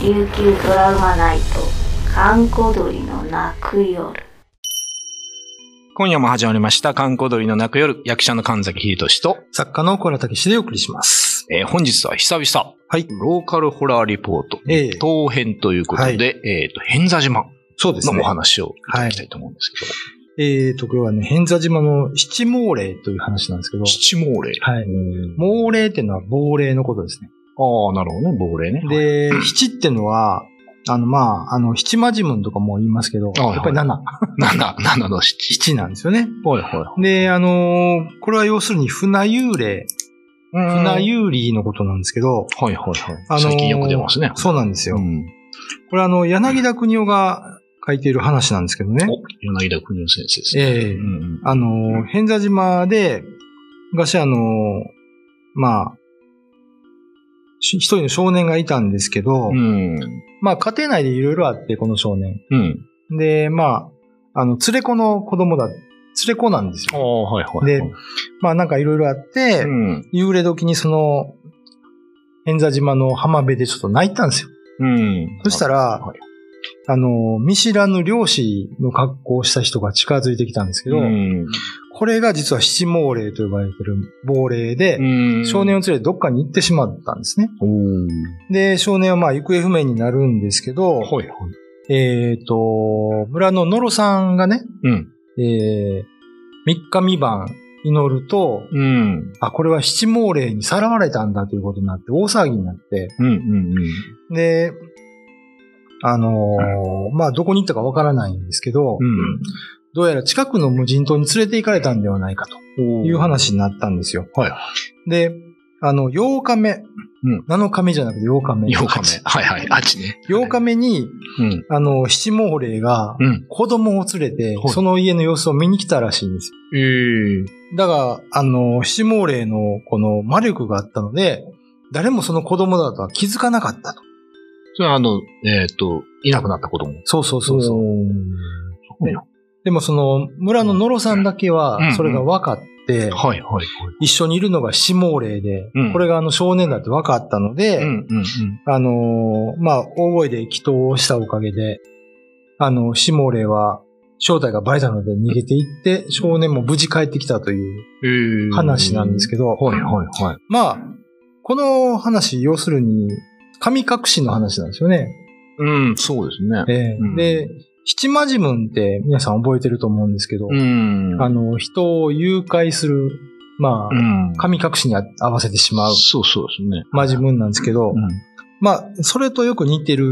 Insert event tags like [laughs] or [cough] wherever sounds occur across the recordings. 琉球ドラマナイト閑古鳥の泣く夜今夜も始まりました、観光鳥の泣く夜、役者の神崎秀俊と、作家の小原武史でお送りします。えー本日は久々、はい。ローカルホラーリポート、ええ当編ということで、はいえっ、と、偏座島そうですのねお。話をいただきたいと思うんですけど、えーと、今日はね、偏座島の七毛霊という話なんですけど、七毛霊。はい。毛霊っていうのは亡霊のことですね。ああ、なるほどね、亡霊ね。はい [laughs] で、七ってのは、あの、まあ、あの、七マジムンとかも言いますけど、いはいやっぱり七、七、七の七。七なんですよね。はいはで、あのーこれは要するに船幽霊、い船はい。幽霊のことなんですけど、はいはいはい。あのー最近よく出ますね。そうなんですよ。ん。これあの、柳田国夫が書いている話なんですけどね。お、柳田国夫先生ですね。ええうんうんあの、偏座島で、昔あの、まあ、し一人の少年がいたんですけど、うん。まあ家庭内でいろいろあって、この少年。うん。で、まあ、あの、連れ子の子供だ、連れ子なんですあよ。あ、はいはい。でまあなんかいろいろあって、うん。幽霊時にその、偏座島の浜辺でちょっと泣いたんですよ。うん。そしたら、ら、はいあの、見知らぬ漁師の格好をした人が近づいてきたんですけど、うんこれが実は七毛霊と呼ばれてる亡霊で、うん少年を連れてどっかに行ってしまったんですね。うん。で、少年はまあ行方不明になるんですけど、はいはい。えっ、と、村の野呂さんがね、うん。えー、3日三晩祈ると、うん。あ、これは七毛霊にさらわれたんだということになって、大騒ぎになって、うんうんうん。で、あのーまあ、どこに行ったかわからないんですけど、うんどうやら近くの無人島に連れて行かれたんではないかという話になったんですよ。はい。で、あの、8日目、うん7日目じゃなくて8日目。 8日目。はいはい。あっちね。 8日目に、うん。あの、七毛霊がうん。子供を連れてはい、その家の様子を見に来たらしいんですよ。ええ。だが、あの、七毛霊のこの魔力があったので、誰もその子供だとは気づかなかったと。それはあの、えっと、いなくなった子供。そうそうそうそう。う。でもその、村の野呂さんだけうんは、それが分かって、はいはいはい。一緒にいるのが七毛霊でうん、これがあの少年だって分かったのうで、んうんあのーまあ、大声で祈祷をしたおかげで、あの、シモレは正体がバレたので逃げていって、少年も無事帰ってきたといううん。ええ。話なんですけど、はいはいはい。まあ、この話、要するに、神隠しの話なんですよね。うん、そうですね。ええうんで、七マジムンって皆さん覚えてると思うんですけど、うん。あの、人を誘拐する、まうあ、ん。神隠しにあ合わせてしまうそうそうですね。マジムンなんですけど、まあ、それとよく似てる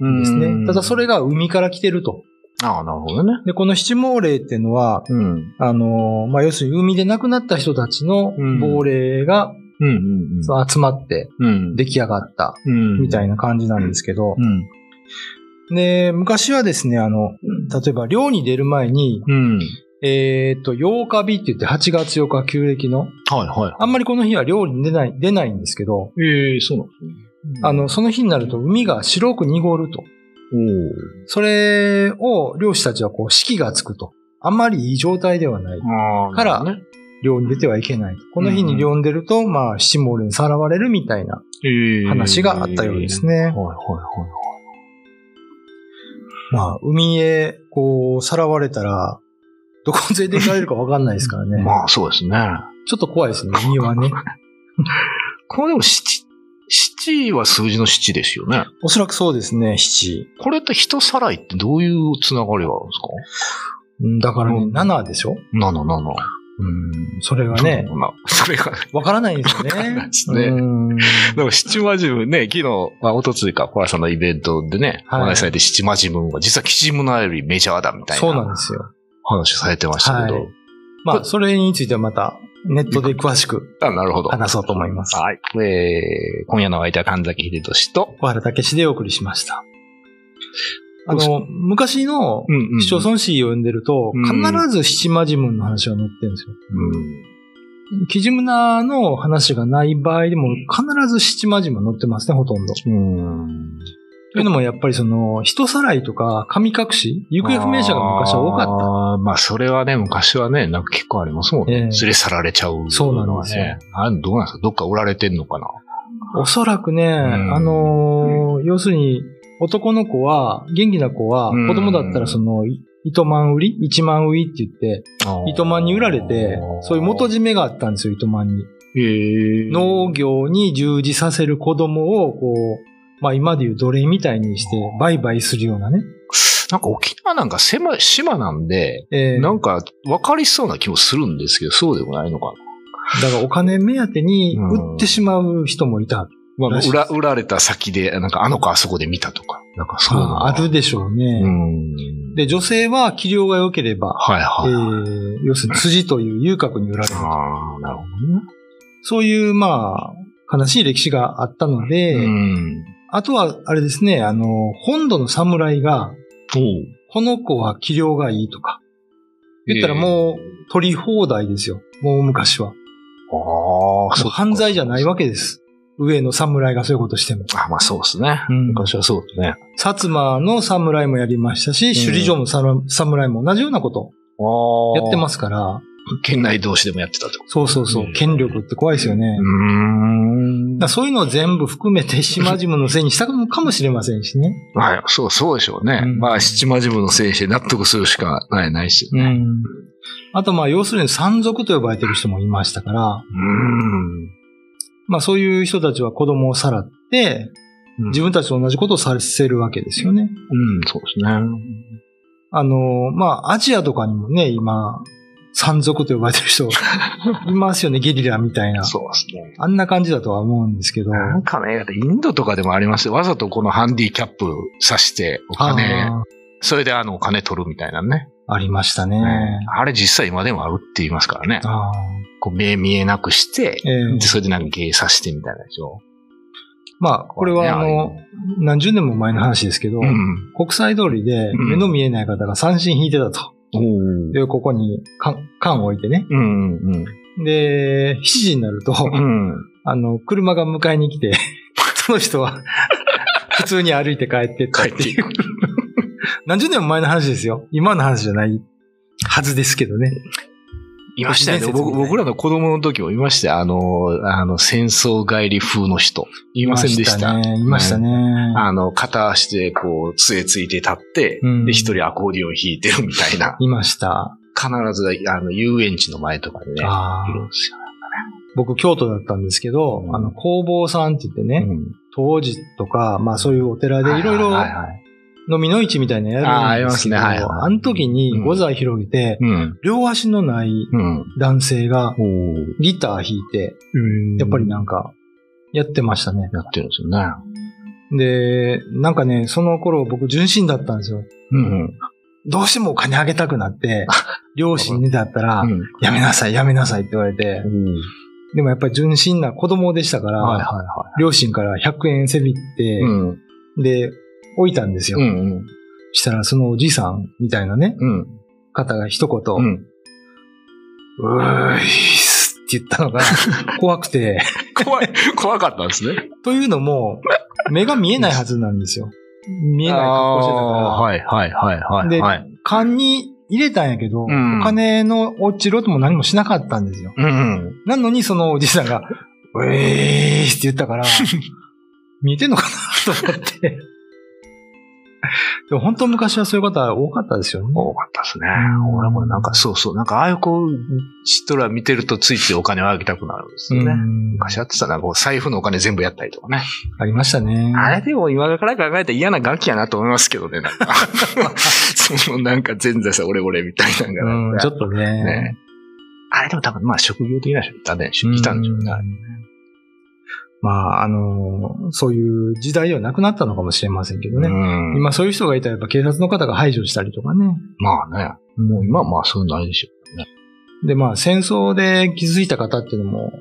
うんんですね。ただそれが。が海から来てると。ああ、なるほどね。で、この七毛霊っていうのは、うん。あのーまあ、要するに海で亡くなった人たちのうん亡霊がうんうんうん。その集まってうん。出来上がったうん、みたいな。な感じなんですけどう、ん。で、昔はですね、あの、例えば漁に出る前に、うん。えーっと、8日日って言って8月8日旧暦の、はいはい。あんまりこの日は漁に出ない、出ないんですけど、ええそうなんですね。あの、、その日になると海が白く濁ると。おそれを漁師たちはこう、士気がつくと。あんまりいい状態ではない。お。ああ。からなるほどね、漁に出てはいけないと。この日に漁に出ると、まあ、七毛にさらわれるみたいなええ話があったようです。ね。はいはいはまあ、海へ、こう、さらわれたら、どこに連れて行かれるかわかんないですからね。い。まあそうですね。ちょっと怖いですね、海はね。これでも七、七は数字の七ですよね。おそらくそうですね、七。これって人さらいってどういうつながりがあるんですかうんだからうね、ん七でしょ七七。うん、それがね、まあそれが、わからないですよね。わかんないですねうんでも七魔自分ね、昨日、まあ、おとついか、コラさんのイベントでね、はいお話しされて七魔自分は実は吉村よりメジャーだみたいそうなんなですよ。話をされてましたけど。はいまあ、それについてはまた、ネットで詳しくあ、なるほど。話そうと思います。はい。えー、今夜のお相手は神崎秀俊と、小原武史でお送りしました。あどの、昔のん市町村史を読んでると、うん必ず七魔ジムの話が載ってるんですよ。キジムナの話がない場合でも、必ず七魔ジム載ってますね、ほとんど。うん。うん。というのもやっぱりその、人さらいとか、神隠し、行方不明者が昔は多かった。った。まあ、それはね、昔はね、なんか結構ありますもんね。ええ連れ去られちゃう、そうなんですよね。あどうなんですかどっか売られてんのかなおそらくね、んあのー要するに、男の子は、元気な子は、うん子供だったらその、い糸満売り一万売りって言って、糸満に売られて、そういう元へ締めがあったんですよ、糸満に。え。農業に従事させる子供を、こう、まあ今でいう奴隷みたいにして、売買するようなね。なんか沖縄なんか狭い島なんで、えーなんか分かりそうな気もするんですけど、そうでもないのかだからお金目当てに売ってしまう人もいた。な。まあ、らしい売でらす売られた先で、なんかあの子あそこで見たとか、なんかそういうのああるでしょううね。ん。で、女性は器量が良ければ、はいえはい。ー要するに辻という遊郭に売られる。ああ、なるほそういう、まあ、悲しい歴史があったので、どね。うん。あとは、あれですね、あの、本土の侍おが、うこの子は器量がいいとか、言ったらもう取り放題ですよ。もう昔は。ああ、もう犯罪じゃないわけです。上の侍がそういうことしても。あまあそうですね。うん昔はそうですね。。薩摩の侍もやりましたし、首里城のさら侍も同じようなことやってますすから、県内同士でもやってたってこそうそうそうう、ん権力って怖いですよねと。。うんだからそういうのを全部含めて島々のせいにしたのかもしれませんしね。はい、そう、そうでしょうね。うんまあ、七間自分のせいにして納得するしかない、ないし。うん。あとまあ要するに山賊と呼ばれてる人もいましたから、うまあそういう人たちは子供をさらって、ん。自分たちと同じことをさせるわけですよね。うん、そうですね。あの、まあアジアとかにもね、今、山賊と呼ばれてる [laughs] 人いますよね、ゲリラみたいな。そうですね。あんな感じだとは思うんですけど。なんかね、だってインドとかでもありますよ。わざとこのハンディキャップさして、お金、あーそれであのお金取るみたいなね。ありましたね。あれ実際今でもあるって言いますからね。ああこう目見えなくして、ええでそれでなんか芸さしてみたいなでしょ。まあ、これはあの、何十年も前の話ですけど、うん。国際通りでうん目の見えない方が三振引いてたと。おーで、ここに缶缶を置いてね。うんうんで、7時に [laughs] なると、うん。うん。あの、車が迎えに来て、 [laughs] その人は [laughs] 普通に歩いて帰ってったっていう。 [laughs] 何十年も前の話ですよ。今の話じゃないはずですけどね。いましたよね。都市伝説みたい僕な僕らの子供の時もいましたよあの、あの、戦争帰り風の人。いませんでした。ね。いましたね。あの、片足でこう、杖ついて立って、うんで、一人アコーディオン弾いてるみたい [laughs] な。いました。必ず、あの、遊園地の前とかでね。あいーるんですよ僕、京都だったんですけど、あの、工房さんって言ってね、当時とか、まあそういうお寺うんでいろいろはははい飲みの市みたいなのやるんですけど、あーありますねはいはいあの時に五座広げて、うん。両足のないうん。男性がおギター弾いて、ーやっぱりなんか、やってましたね。やってるんですよね。で、なんかね、その頃僕純真だったんですよ。うん。うんどうしてもお金あげたく [laughs] なって、両親にだったら、やめなさい、やめなさいって言われてう、ん。でもやっぱり純真な子供でしたから、はいはいは両親から100円せびって、い。うん。うんで、置いたんですよ。うん。したら、そのおじいさんみたいなね、うん。方が一言、うん。うーいっすって [laughs] 言ったのが怖くて、怖い、怖かったんですね。というのも、目が見えないはずなんですよ。見えない格好してたあーかはいはいはいはい。ではい、ら、勘に入れたんやけど、うんお金の落ちろとも何もしなかったんですよ。うん。なのにそのおじさんが、 [laughs] うえーいっすって言っ [laughs] たから、見えてんのかなと思って。でも本当昔はそういう方多かったですよね。多かったですねう。ん俺もなんかそうそう。なんかああいう子、シトラ見てるとついついお金をあげたくなるんですよね。うん昔やってたら、こう財布のお金全部やったりとかね。ありましたね。あれでも今から考えたら嫌なガキやなと思いますけどね、なん [laughs] か。そのなんか全財産俺俺みたいなのうん、が。ちょっとね。ねあれでも多分まあ職業的な人いたね。いたんでしょうね。うまあ、あのーそういう時代ではなくなったのかもしれませんけどね。うん今そういう人がいたらやっぱ警察の方が排除したりとかね。まあね。もう今はまあそういうのないでしょうね。で、まあ戦争で気づいた方っていうのも、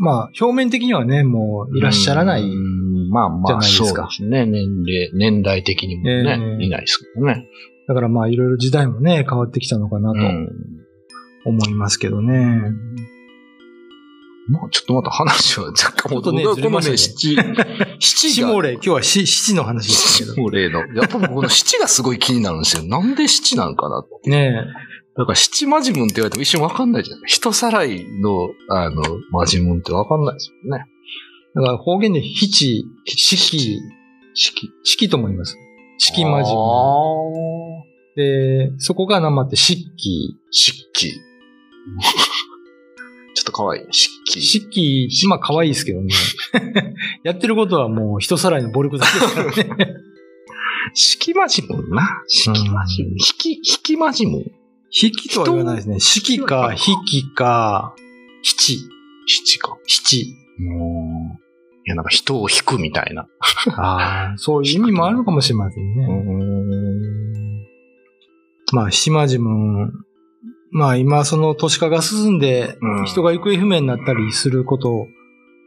まあ表面的にはね、もういらっしゃらない。うんまあじゃまあ、ないですそうでかすね。年齢、年代的にもね、ええいないですけどね。だからまあいろいろ時代もね、変わってきたのかなうとん。思いますけどね。まあ、ちょっとまた話は若干ちょっとね僕はこのずね、れまし七、七シがモレ、今日はシシの話でしたけど。七例の。やっぱ僕この七がすごい気になるんですよ。なんで七なんかなって。ねだから七マジムンって言われても一瞬わかんないじゃない人さらいの、あの、マジムンってわかんないですよね。え。だから方言でヒチ、シキ、四季。四季とも言います。四季魔あ人。ーで、そこが生って四季。漆器。 [laughs] ちょっと可愛い。漆器。四季、まあ可愛いですけど [laughs] ね。やってることはもう人さらいの暴力だけですからね。漆器マジモンな。漆器マジモン。引き、引きマジモン。引きとは言わないですね。四季か、引きか、七。七か。七。うん。いや、なんか人を引くみたいな。ああ、そういう意味もあるのかもしれませんね。ん。まあ、島地も、まあ今その都市化が進んでうん、人が行方不明になったりすること、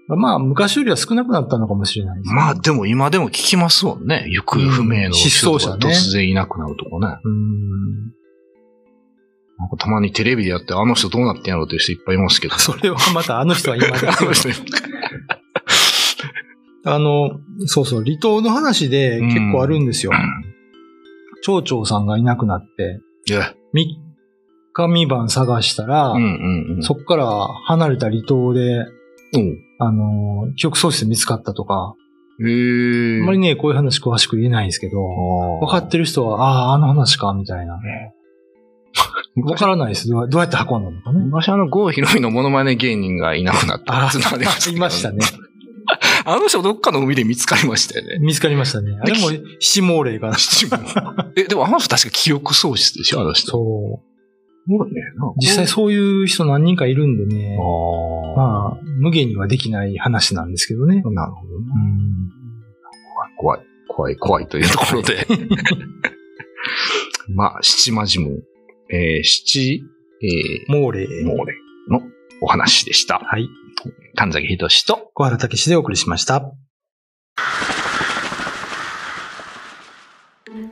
まあ昔よりは少なくなったのかもしれないですね、まあでも今でも聞きますもんね。行方不明の人がうん失踪者ね突然いなくなるとかね。うん。なんかたまにテレビでやってあの人どうなってんやろうっていう人いっぱいいますけど。それはまたあの人は今だあの人あの、そうそう、離島の話で結構あるんですよ。町長さんがいなくなって、 [laughs] いや。 3日三晩探したら、うんうんうん。そっから離れた離島で、うん。あの、記憶喪失で見つかったとか、へえ。あんまりね、こういう話詳しく言えないんですけど、分分かってる人は、ああ、あの話か、みたいな。分からないです。どうどうやって運んだのかね。昔あの、郷ひろみのモノマネ芸人がいなくなったあやつなんであ、いました。ね。あの人どっかの海で見つかりましたよね。見つかりましたね。あれも、七毛霊かな。え、でもあの人確か記憶喪失でしょあの人。そう。そうね。なんか実際そういう人何人かいるんでね。ああ。まあ、無限にはできない話なんですけどね。なるほどね。うん。怖い、怖い、怖いというところで。 [laughs] まあ、七魔ジも、えー、七、え毛霊。ー、モーレのお話でした。はい。神崎仁と、小原武史でお送りしました。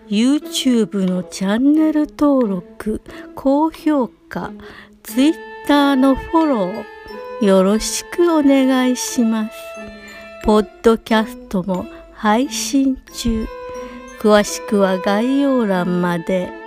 YouTube のチャンネル登録高評価 Twitter のフォローよろしくお願いしますポッドキャストも配信中詳しくは概要欄まで。